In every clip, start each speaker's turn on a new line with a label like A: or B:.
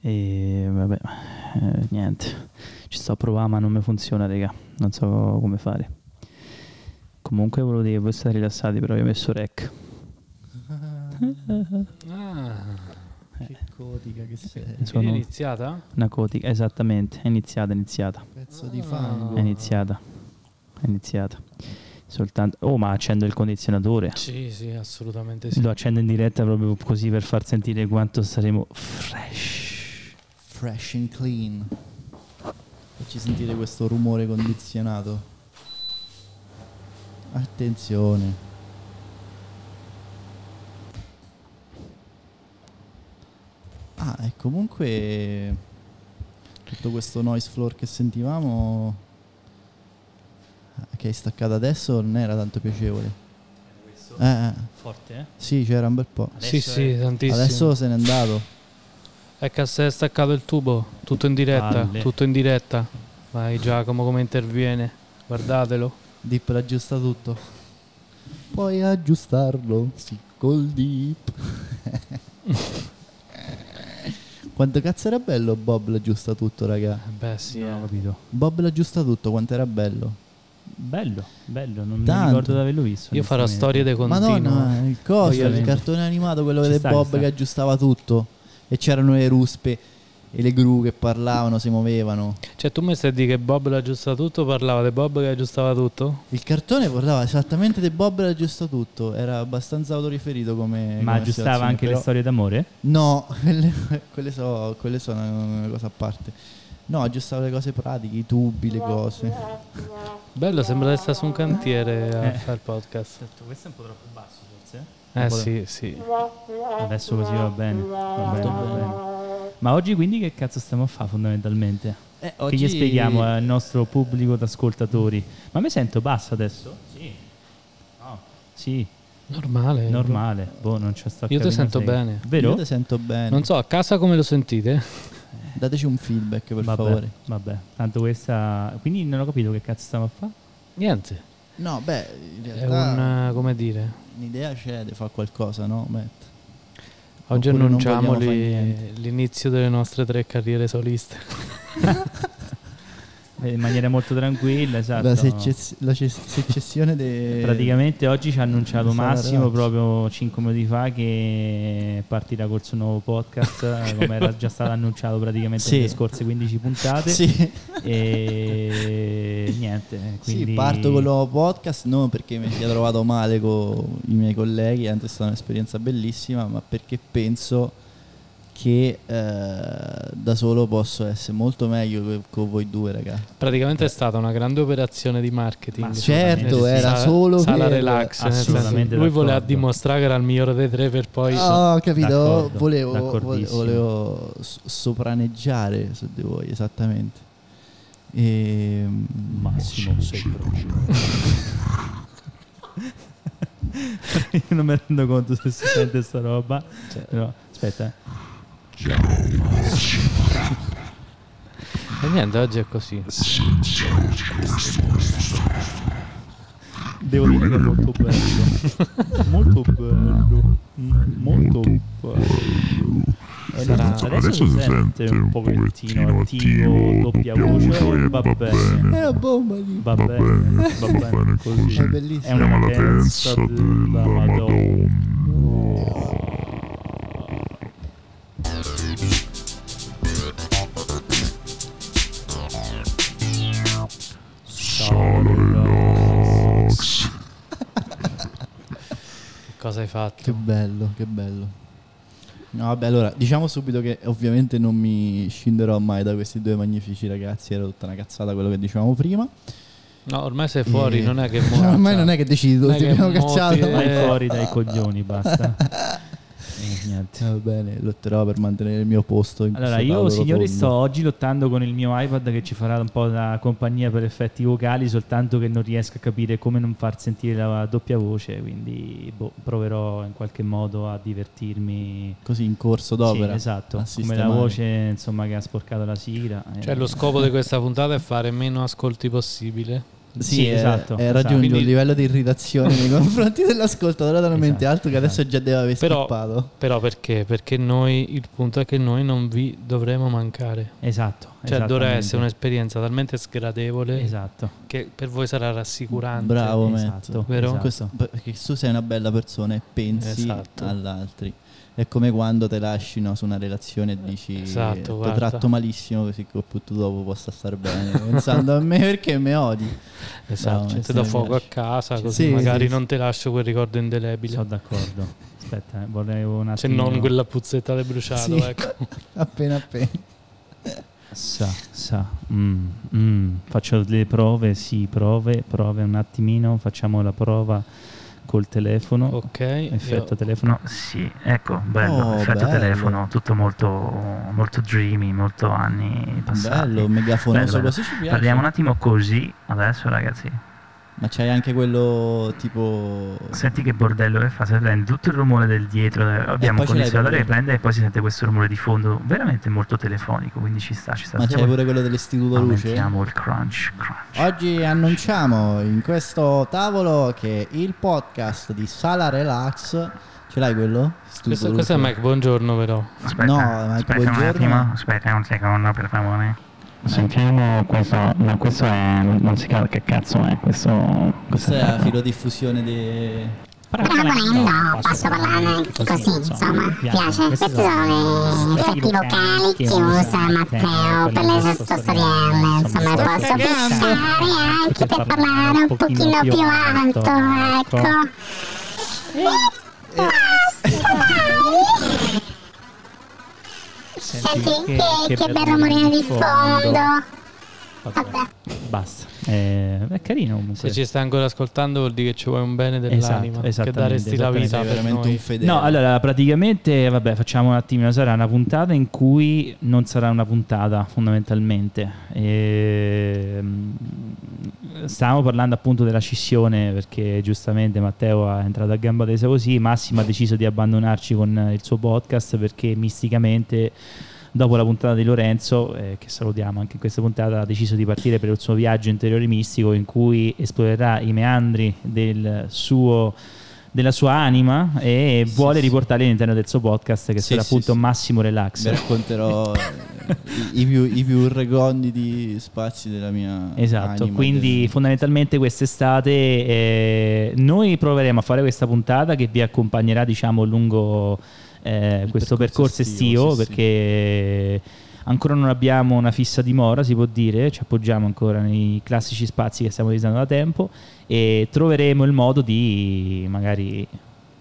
A: E vabbè, eh, niente. Ci sto a provare, ma non mi funziona, raga. Non so come fare. Comunque volevo dire che voi state rilassati, però io ho messo rec.
B: Che codica che sei.
A: Sono
C: È iniziata?
A: una cotica, esattamente. È iniziata, è iniziata.
B: Pezzo di fango.
A: È iniziata. È iniziata. Soltanto... Oh, ma accendo il condizionatore.
C: Sì, sì, assolutamente sì.
A: Lo accendo in diretta proprio così per far sentire quanto saremo fresh.
B: Fresh and clean. Facci sentire questo rumore condizionato. Attenzione. Ah, e comunque tutto questo noise floor che sentivamo eh, che hai staccato adesso non era tanto piacevole. Eh, eh,
A: Forte, eh?
B: sì, c'era un bel po'.
C: Sì,
A: Adesso
C: sì,
A: è-
C: tantissimo.
B: Adesso se n'è andato.
C: È che se è staccato il tubo, tutto in diretta,
A: Palle.
C: tutto in diretta. Vai Giacomo come interviene, guardatelo.
B: Dip aggiusta tutto. Puoi aggiustarlo, sì, col dip. quanto cazzo era bello Bob l'aggiusta tutto, raga.
C: Eh Beh sì,
A: Non ho
C: eh.
A: capito.
B: Bob l'aggiusta tutto, quanto era bello.
A: Bello, bello, non mi
B: Tanto.
A: ricordo di averlo visto.
C: io farò storie
A: onestamente.
C: dei continuo.
B: Madonna, eh. il coso, il
A: Ovviamente.
B: cartone animato, quello
A: Ci
B: di
A: sta, ci
B: Bob
A: sta.
B: che aggiustava tutto. E c'erano le ruspe e le gru che parlavano, si muovevano.
C: Cioè tu mi stai di che Bob l'aggiusta tutto, parlava di Bob che aggiustava tutto?
B: Il cartone parlava esattamente di Bob l'aggiusta tutto. Era abbastanza autoriferito come.
A: Ma
B: come
A: aggiustava
B: situazione,
A: anche le
B: però-
A: storie d'amore?
B: No, quelle, quelle so- quelle sono una cosa a parte. No, aggiustavo le cose pratiche, i tubi, le cose.
C: Bello, sembra di essere su un cantiere a
A: Eh.
C: fare il podcast.
A: questo è un po' troppo basso forse.
C: Eh sì, sì.
A: Adesso così va bene. Va bene, va bene. Ma oggi quindi che cazzo stiamo a fare fondamentalmente?
B: Eh,
A: Che gli spieghiamo al nostro pubblico d'ascoltatori? Ma mi sento basso adesso? Sì. No. Sì,
C: Normale.
A: normale. Boh, non c'è sta
C: Io ti
A: capendo
C: sento
A: sega.
C: bene.
B: Io
A: Vero?
B: ti sento bene.
C: Non so, a casa come lo sentite?
B: Dateci un feedback per
A: vabbè,
B: favore.
A: vabbè. Tanto questa... Quindi non ho capito che cazzo stiamo a fare.
C: Niente.
B: No, beh, in
C: È
B: realtà
C: un, eh, come dire,
B: un'idea c'è di fare qualcosa, no? Matt?
C: Oggi
B: Oppure non
C: annunciamo
B: vogliamo fare
C: li-
B: niente.
C: l'inizio delle nostre tre carriere soliste.
A: Eh, In maniera molto tranquilla, esatto.
B: La, secez- la ces- secessione de-
A: Praticamente oggi ci ha annunciato
B: Sarà
A: Massimo
B: Eh, ragazzi.
A: proprio 5 minuti fa che partirà col suo nuovo podcast, come era già stato annunciato praticamente
B: Sì.
A: nelle scorse 15 puntate.
B: Sì.
A: E niente, quindi
B: Sì, parto con il nuovo podcast non perché mi sia trovato male con i miei colleghi, anzi è stata un'esperienza bellissima, ma perché penso che eh, da solo posso essere molto meglio che con voi due, raga.
C: Praticamente è stata una grande operazione di marketing.
A: Ma assolutamente
B: Certo,
A: sì.
B: era
C: Sala-
B: solo Ah,
C: sala
B: per-
C: relax. nel senso,
A: Assolutamente
C: lui voleva
A: d'accordo.
C: dimostrare che era il migliore dei tre per poi...
B: Ah, ho capito,
A: D'accordo,
B: volevo,
A: d'accordissimo.
B: volevo s- sopraneggiare su di voi, esattamente. Ehm, E,
A: Massimo sei Io non mi rendo conto se si sente sta roba.
B: Cioè.
A: Però, aspetta, eh.
C: E niente, oggi è così.
A: devo dire che è molto bello. molto bello. Mm, Molto bello.
C: Sarà-
A: Adesso,
D: Adesso si sente un pochettino attivo, doppia voce e va bene.
B: è una bomba di...
A: Va
D: Va
A: bene,
D: bene,
A: va bene così.
B: È
D: È
B: bellissimo.
A: una
D: una latenza
A: latenza della
D: della Madonna. Relax.
C: Che cosa hai fatto?
B: Che bello, che bello. No, vabbè, allora, diciamo subito che ovviamente non mi scinderò mai da questi due magnifici ragazzi, era tutta una cazzata quello che dicevamo prima.
C: No, ormai sei fuori,
B: E-
C: non è che...
B: No, ormai non è che decido,
C: Non è
B: ti
C: che
B: abbiamo
C: mo
B: cacciato.
C: ti-
A: Vai
C: Eh.
A: fuori dai coglioni, basta. Eh, niente.
B: Va bene, lotterò per mantenere il mio posto. In
A: Allora,
B: questo
A: io
B: tavolo
A: signori
B: rotondo.
A: sto oggi lottando con il mio iPad che ci farà un po' da compagnia per effetti vocali, soltanto che non riesco a capire come non far sentire la doppia voce, quindi boh, proverò in qualche modo a divertirmi.
B: Così in corso d'opera.
A: Sì, esatto, come
B: a
A: la
B: sistemare.
A: voce insomma che ha sporcato la sigla. eh.
C: Cioè, lo scopo di questa puntata è fare meno ascolti possibile
A: Sì, esatto,
B: È
A: esatto.
B: raggiunto eh, un
C: Quindi-
B: livello di irritazione nei confronti dell'ascoltatore talmente
A: Esatto,
B: alto che adesso già deve aver
C: Però-
B: scappato.
C: Però perché? Perché noi, il punto è che noi non vi dovremo mancare.
A: Esatto.
C: Cioè dovrà
A: esattamente.
C: essere un'esperienza talmente sgradevole
A: Esatto.
C: che per voi sarà rassicurante.
B: Bravo, Matt.
A: Esatto.
C: Vero?
A: esatto.
B: Questo- perché tu sei una bella persona e pensi
C: Esatto.
B: agli altri. È come quando te lasci no, su una relazione e dici
C: Esatto,
B: ti
C: guarda.
B: tratto malissimo così che tu dopo possa star bene pensando a me perché mi odi.
C: Esatto,
B: Bravo,
C: cioè, ti
B: sì,
C: do
B: mi
C: fuoco a
B: piace.
C: casa,
B: Sì,
C: così
B: sì,
C: magari
B: sì.
C: non ti lascio quel ricordo indelebile.
A: Sono d'accordo. Aspetta, eh, volevo un
C: Se
A: attimo.
C: non quella puzzetta del bruciato,
B: Sì.
C: ecco.
B: Appena appena.
A: Sa, sa. Mm, mm. Faccio delle prove, sì, prove, prove un attimino, facciamo la prova col telefono.
C: Ok,
A: Effetto
C: io-
A: telefono? Sì, ecco, bello,
B: Oh,
A: effetto
B: bello.
A: telefono, tutto molto, molto dreamy, molto anni passati.
B: Bello, megafonoso
A: Bello, bello.
B: così ci piace.
E: Parliamo un attimo così adesso, ragazzi.
B: Ma c'hai anche quello tipo
E: Senti che bordello che fa, si prende tutto il rumore del dietro. eh, Abbiamo
B: poi ce l'hai
E: un condizionatore che
B: proprio.
E: prende e poi si sente questo rumore di fondo, veramente molto telefonico, quindi ci sta, ci sta.
B: ma c'hai
E: Stiamo-
B: pure quello dell'istituto luce? Ah,
E: aumentiamo il crunch, crunch.
B: Oggi annunciamo in questo tavolo che il podcast di Sala Relax ce l'hai quello?
C: Questo,
B: Istituto
C: questo è
B: Luce?
C: Mike, buongiorno però.
E: Aspetta,
B: No, ma
E: aspetta un
B: buongiorno.
E: attimo, aspetta un secondo per favore.
F: Sentiamo questo, no questo è, non si capisce che cazzo è, questo, questo
B: Questa è la filodiffusione di...
G: Però volendo posso parlarne così, insomma, piace. Questi sono gli effetti vocali che usa Matteo per le sue storielle, insomma, e posso pubblicare anche per parlare un pochino più alto, ecco. Eh, Senti che, che, bel rumorino di fondo. Vabbè.
A: Basta. Eh, è carino comunque.
C: Se ci stai ancora ascoltando vuol dire che ci vuoi un bene
A: Esatto,
C: dell'anima, che
A: esattamente,
C: daresti la vita
B: Sei
C: per
B: veramente un
C: noi.
B: fedele.
A: No, allora praticamente, vabbè, facciamo un attimino. Sarà una puntata in cui non sarà una puntata, fondamentalmente. Ehm, stavamo parlando appunto della scissione perché giustamente Matteo è entrato a gamba tesa così. Massimo ha deciso di abbandonarci con il suo podcast perché misticamente. Dopo la puntata di Lorenzo, eh, che salutiamo anche in questa puntata, ha deciso di partire per il suo viaggio interiore mistico in cui esplorerà i meandri del suo della sua anima e
B: Sì,
A: vuole
B: sì.
A: riportarli all'interno del suo podcast che
B: Sì,
A: sarà
B: sì,
A: appunto
B: sì.
A: Massimo Relax.
B: Vi racconterò eh, i, i più, i più reconditi spazi della mia
A: Esatto,
B: anima,
A: quindi
B: del-
A: fondamentalmente quest'estate eh, noi proveremo a fare questa puntata che vi accompagnerà diciamo lungo eh,
B: Il
A: questo
B: percorso
A: percorso
B: estivo,
A: estivo,
B: sì,
A: perché ancora non abbiamo una fissa dimora si può dire, ci appoggiamo ancora nei classici spazi che stiamo utilizzando da tempo e troveremo il modo di magari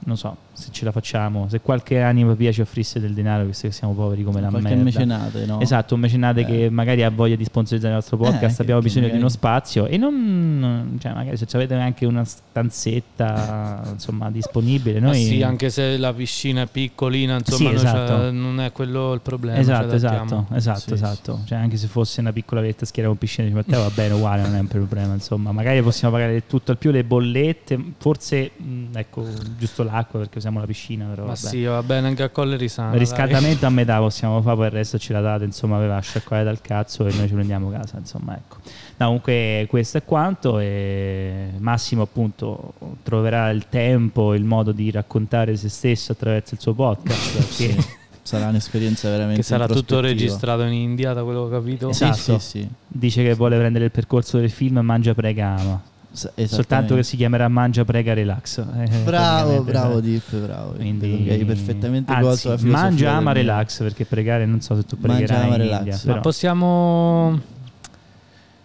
A: non so se ce la facciamo, se qualche anima via ci offrisse del denaro visto che siamo poveri come la
B: qualche
A: merda.
B: mecenate, no?
A: Esatto, un mecenate
B: Eh.
A: che magari ha voglia di sponsorizzare il nostro podcast,
B: che-
A: abbiamo
B: che
A: bisogno di uno
B: magari-
A: spazio e non, cioè magari se avete anche una stanzetta insomma disponibile,
C: Ma
A: noi
C: Ah, sì, anche se la piscina è piccolina, insomma,
A: Sì,
C: noi
A: esatto.
C: c'ha- non è quello il problema.
A: Esatto,
C: ci adattiamo.
A: esatto, esatto,
B: Sì,
A: esatto. Cioè, anche se fosse una piccola vetta schiera con piscina di Matteo va bene, uguale, non è un problema. Insomma, magari possiamo pagare tutto al più le bollette, forse mh, ecco, giusto l'acqua perché usiamo la piscina, però
C: Ma
A: vabbè.
C: sì, va bene anche a Colle
B: Ah,
C: Risana.
A: Il
C: dai.
A: riscaldamento a metà possiamo fare, poi il resto ce la date, insomma, aveva sciacquare dal cazzo e noi ci prendiamo casa, insomma, ecco. No, comunque questo è quanto e Massimo appunto troverà il tempo, il modo di raccontare se stesso attraverso il suo podcast, che
B: Sarà un'esperienza veramente
C: Che sarà tutto
B: introspettiva.
C: registrato in India, da quello che ho capito.
B: Sì,
A: Esatto.
B: sì, sì.
A: dice che vuole prendere il percorso del film Mangia Prega Ama,
B: S- esattamente.
A: soltanto che si chiamerà Mangia Prega Relax. Eh,
B: Bravo,
A: praticamente,
B: bravo
A: eh.
B: Dip, bravo. Vedo
A: Quindi
B: che hai perfettamente
A: anzi,
B: colto la filosofia
A: mangia
B: del
A: ama
B: mio-
A: relax perché pregare non so se tu
B: Mangia,
A: pregherai
B: ama,
A: in
B: relax.
A: India,
B: Ma
A: però.
C: Ma possiamo...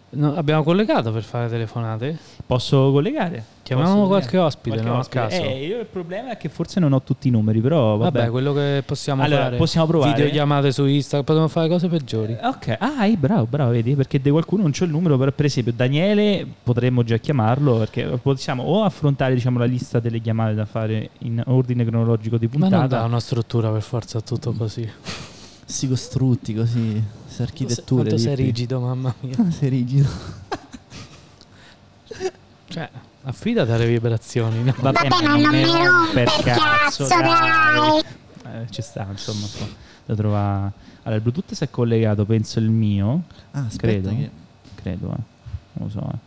C: no, abbiamo collegato per fare telefonate?
A: Posso collegare?
C: Chiamiamo
A: Posso
C: qualche
A: collegare?
C: ospite,
A: Qualche
C: no? A
A: ospite.
C: caso.
A: Eh, io il problema è che forse non ho tutti i numeri, però vabbè.
C: Vabbè, quello che possiamo
A: Allora,
C: fare.
A: possiamo provare?
C: Videochiamate su Instagram, potremmo fare cose peggiori.
A: Ok, ah, eh, bravo, bravo, vedi, perché di qualcuno non c'ho il numero, però per esempio Daniele potremmo già chiamarlo, perché possiamo o affrontare diciamo, la lista delle chiamate da fare in ordine cronologico di
C: Ma non dà
A: puntata,
C: una struttura per forza a tutto così.
B: Si costrutti così, queste architetture.
C: Quanto sei
B: Dip.
C: rigido, mamma mia.
B: Sei rigido.
C: Cioè, affidati alle vibrazioni, no?
A: Vabbè,
G: Vabbè, ma non mi rompe il cazzo, dai.
A: Eh, ci sta, insomma, un po' da trovare. Allora, il Bluetooth si è collegato, penso il mio,
B: Ah,
A: Credo.
B: aspetta che-
A: credo, eh. non lo so. eh.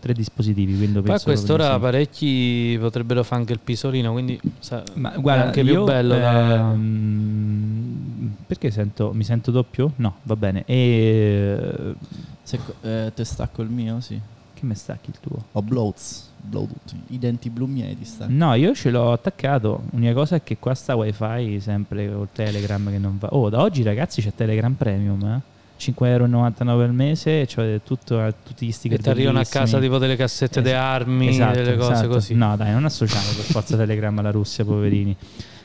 A: tre dispositivi. Quindi
C: Poi a
A: penso lo
C: quest'ora
A: penso.
C: parecchi potrebbero fare anche il pisolino, quindi sa-
A: Ma guarda,
C: è anche
A: io,
C: più Eh, bello. da-
A: ehm, perché sento, mi sento doppio? No, va bene. E,
B: Se co- eh, te stacco il mio, sì.
A: che me stacchi il tuo?
B: Ho bloats, bloatut. I denti blu eh. miei ti
C: Eh.
B: staccano.
A: No, io ce l'ho attaccato. L'unica cosa è che qua sta wifi sempre col Telegram che non va. Oh, da oggi ragazzi c'è Telegram Premium, eh? 5,99€ al mese, cioè tutto, tutti gli
C: che
A: sticker
C: ti arrivano a
A: bellissimi.
C: casa tipo delle cassette
A: Esatto,
C: di armi, delle cose
A: esatto.
C: così.
A: No, dai, non associamo per forza Telegram alla Russia, poverini.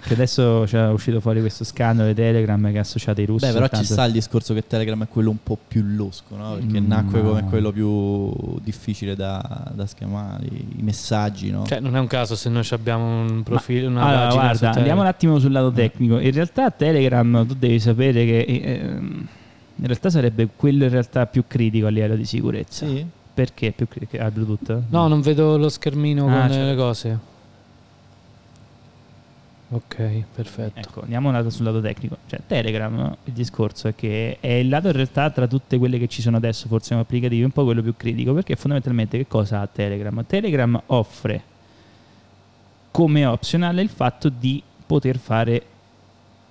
A: Che adesso c'è uscito fuori questo scandalo di Telegram che ha associato i russi.
B: Beh, però ci
A: soltanto-
B: sta il discorso che Telegram è quello un po' più losco, no? Perché
A: Mm,
B: nacque
A: no.
B: come quello più difficile da, da schiamare, i messaggi, no?
C: Cioè, non è un caso se noi ci abbiamo un profilo, una
A: Allora,
C: pagina su
A: guarda, andiamo
C: Telegram.
A: un attimo sul lato tecnico. In realtà Telegram tu devi sapere che ehm, in realtà sarebbe quello in realtà più critico a livello di sicurezza.
B: sì.
A: Perché più critico? Ah, Bluetooth?
C: No, non vedo lo schermino
A: Ah,
C: con
A: certo.
C: le cose. Ok, perfetto.
A: Ecco, andiamo un attimo sul lato tecnico. Cioè, Telegram, il discorso è che è il lato in realtà tra tutte quelle che ci sono adesso, forse come applicativi, un po' quello più critico, perché fondamentalmente che cosa ha Telegram? Telegram offre come opzionale il fatto di poter fare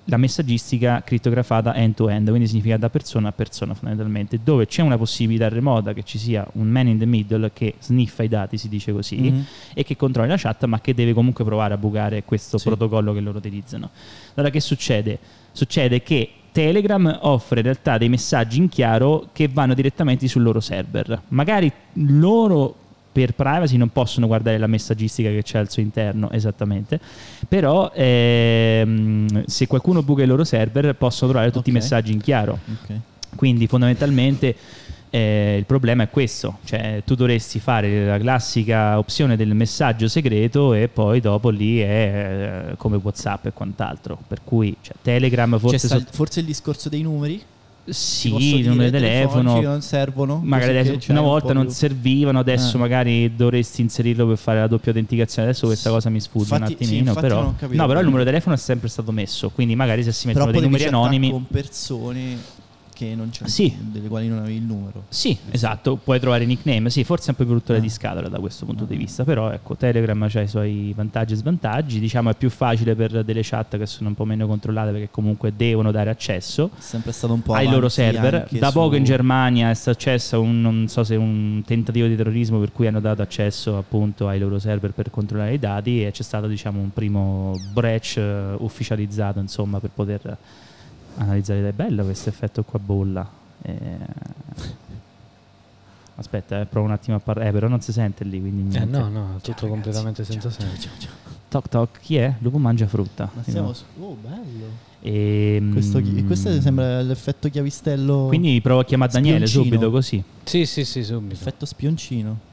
A: la messaggistica crittografata end-to-end, quindi significa da persona a persona fondamentalmente, dove c'è una possibilità remota che ci sia un man in the middle che sniffa i dati, si dice così,
B: Mhm.
A: e che controlli la chat, ma che deve comunque provare a bucare questo
B: Sì.
A: protocollo che loro utilizzano. Allora, che succede? Succede che Telegram offre in realtà dei messaggi in chiaro che vanno direttamente sul loro server. Magari loro per privacy non possono guardare la messaggistica che c'è al suo interno esattamente, però ehm, se qualcuno buca il loro server possono trovare tutti
B: Ok.
A: i messaggi in chiaro.
B: Cioè, Ok.
A: Quindi fondamentalmente eh, il problema è questo, cioè tu dovresti fare la classica opzione del messaggio segreto e poi dopo lì è eh, come Whatsapp e quant'altro, per cui cioè, Telegram
B: Cioè,
A: forse...
B: sta-
A: so-
B: forse il discorso dei numeri? Ti posso
A: sì, il
B: dire,
A: numero di
B: telefonici
A: telefono,
B: Non servono?
A: magari
B: così che
A: adesso,
B: c'è
A: una
B: un po'
A: volta non
B: più-
A: servivano, adesso
B: Eh.
A: magari dovresti inserirlo per fare la doppia autenticazione, adesso questa
B: Sì.
A: cosa mi sfugge un
B: Infatti- sì,
A: attimino,
B: infatti
A: però...
B: non ho capito.
A: No, però il numero di telefono è sempre stato messo, quindi magari se si
B: Però
A: mettono
B: poi
A: dei numeri
B: dici attacco
A: anonimi...
B: con persone che non c'è,
A: Sì.
B: delle quali non avevi il numero.
A: Sì, esatto, puoi trovare i nickname, sì, forse è un po' più rottura di scatola da questo punto di vista, però ecco, Telegram ha i suoi vantaggi e svantaggi, diciamo è più facile per delle chat che sono un po' meno controllate perché comunque devono dare accesso
B: È sempre stato un po'
A: ai loro
B: avanti
A: server.
B: anche
A: Da
B: su-
A: poco in Germania è successo un, non so se un tentativo di terrorismo per cui hanno dato accesso appunto ai loro server per controllare i dati e c'è stato diciamo un primo breach eh, ufficializzato insomma per poter analizzare ed è bello questo effetto qua bolla. Eh, Aspetta, eh, provo un attimo a parlare, eh, però non si sente lì, quindi
C: Eh,
A: niente.
C: no, no, è tutto
A: Ciao,
C: completamente
A: ragazzi.
C: senza senso.
A: Toc toc, chi è? Lupo mangia frutta.
B: Ma stiamo su- Oh, bello.
A: Ehm,
B: Questo, chi- questo sembra l'effetto chiavistello.
A: Quindi provo a chiamare Daniele
B: Spioncino.
A: subito così.
C: Sì, sì, sì, subito.
B: Effetto spioncino.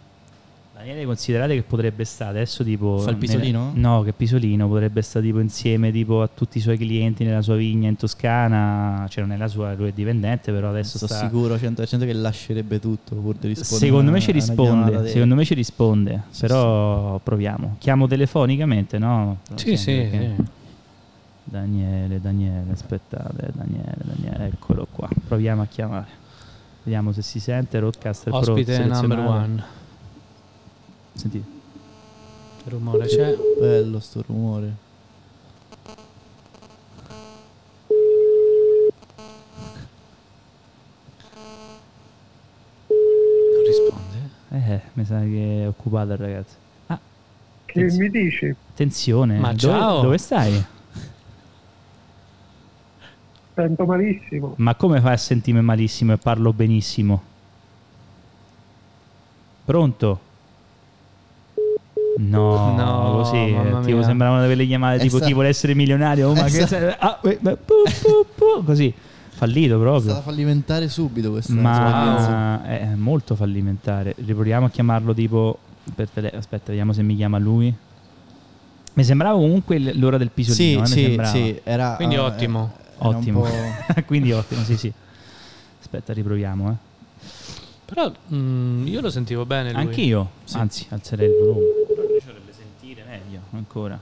A: Daniele, considerate che potrebbe stare adesso tipo...
B: Fa il pisolino?
A: nella- no, che pisolino, potrebbe stare tipo insieme tipo a tutti i suoi clienti nella sua vigna in Toscana, cioè non è la sua, lui è dipendente, però adesso
B: Sono
A: sta...
B: sicuro 100% che lascerebbe tutto pur di rispondere.
A: Secondo me
B: a-
A: ci
B: a una chiamata
A: risponde,
B: di-
A: secondo me ci risponde, però proviamo. Chiamo telefonicamente, no?
C: Sì, sì,
A: Perché-
C: sì.
A: Daniele, Daniele, aspettate, Daniele, Daniele, eccolo qua. Proviamo a chiamare. Vediamo se si sente Roadcaster Pro
C: Ospite number
A: selezionato.
C: one.
A: Sentite.
C: Il rumore c'è.
B: Bello sto rumore.
C: Non risponde.
A: Eh, mi sa che è occupato il ragazzo. Ah,
H: Che
A: attenz-
H: mi dici?
A: attenzione.
C: Ma
A: dove-
C: ciao.
A: Dove stai?
H: Sento malissimo.
A: Ma come fai a sentirmi malissimo e parlo benissimo? Pronto? No,
C: No,
A: così
C: mamma
A: eh, tipo,
C: mia.
A: sembravano delle chiamate tipo
B: Esatto.
A: chi vuole essere milionario. Oh, ma che
B: Esatto.
A: se- ah, eh, beh, pu, pu, pu, così fallito
B: È stata
A: proprio.
B: fallimentare subito questa esperienza.
A: Ma eh, è molto fallimentare. Riproviamo a chiamarlo tipo per tele- Aspetta, vediamo se mi chiama lui. Mi sembrava comunque l- l'ora del
B: Sì,
A: pisolino. eh, mi
B: sì,
A: sembrava.
B: sì, era
C: Quindi
B: ah,
C: ottimo.
B: era un
A: Ottimo.
B: po'-
A: Quindi ottimo, sì, sì. Aspetta, riproviamo, eh.
C: Però mm, io lo sentivo bene lui.
A: Anch'io, anzi, alzerei il volume. Però lui ci dovrebbe sentire meglio ancora.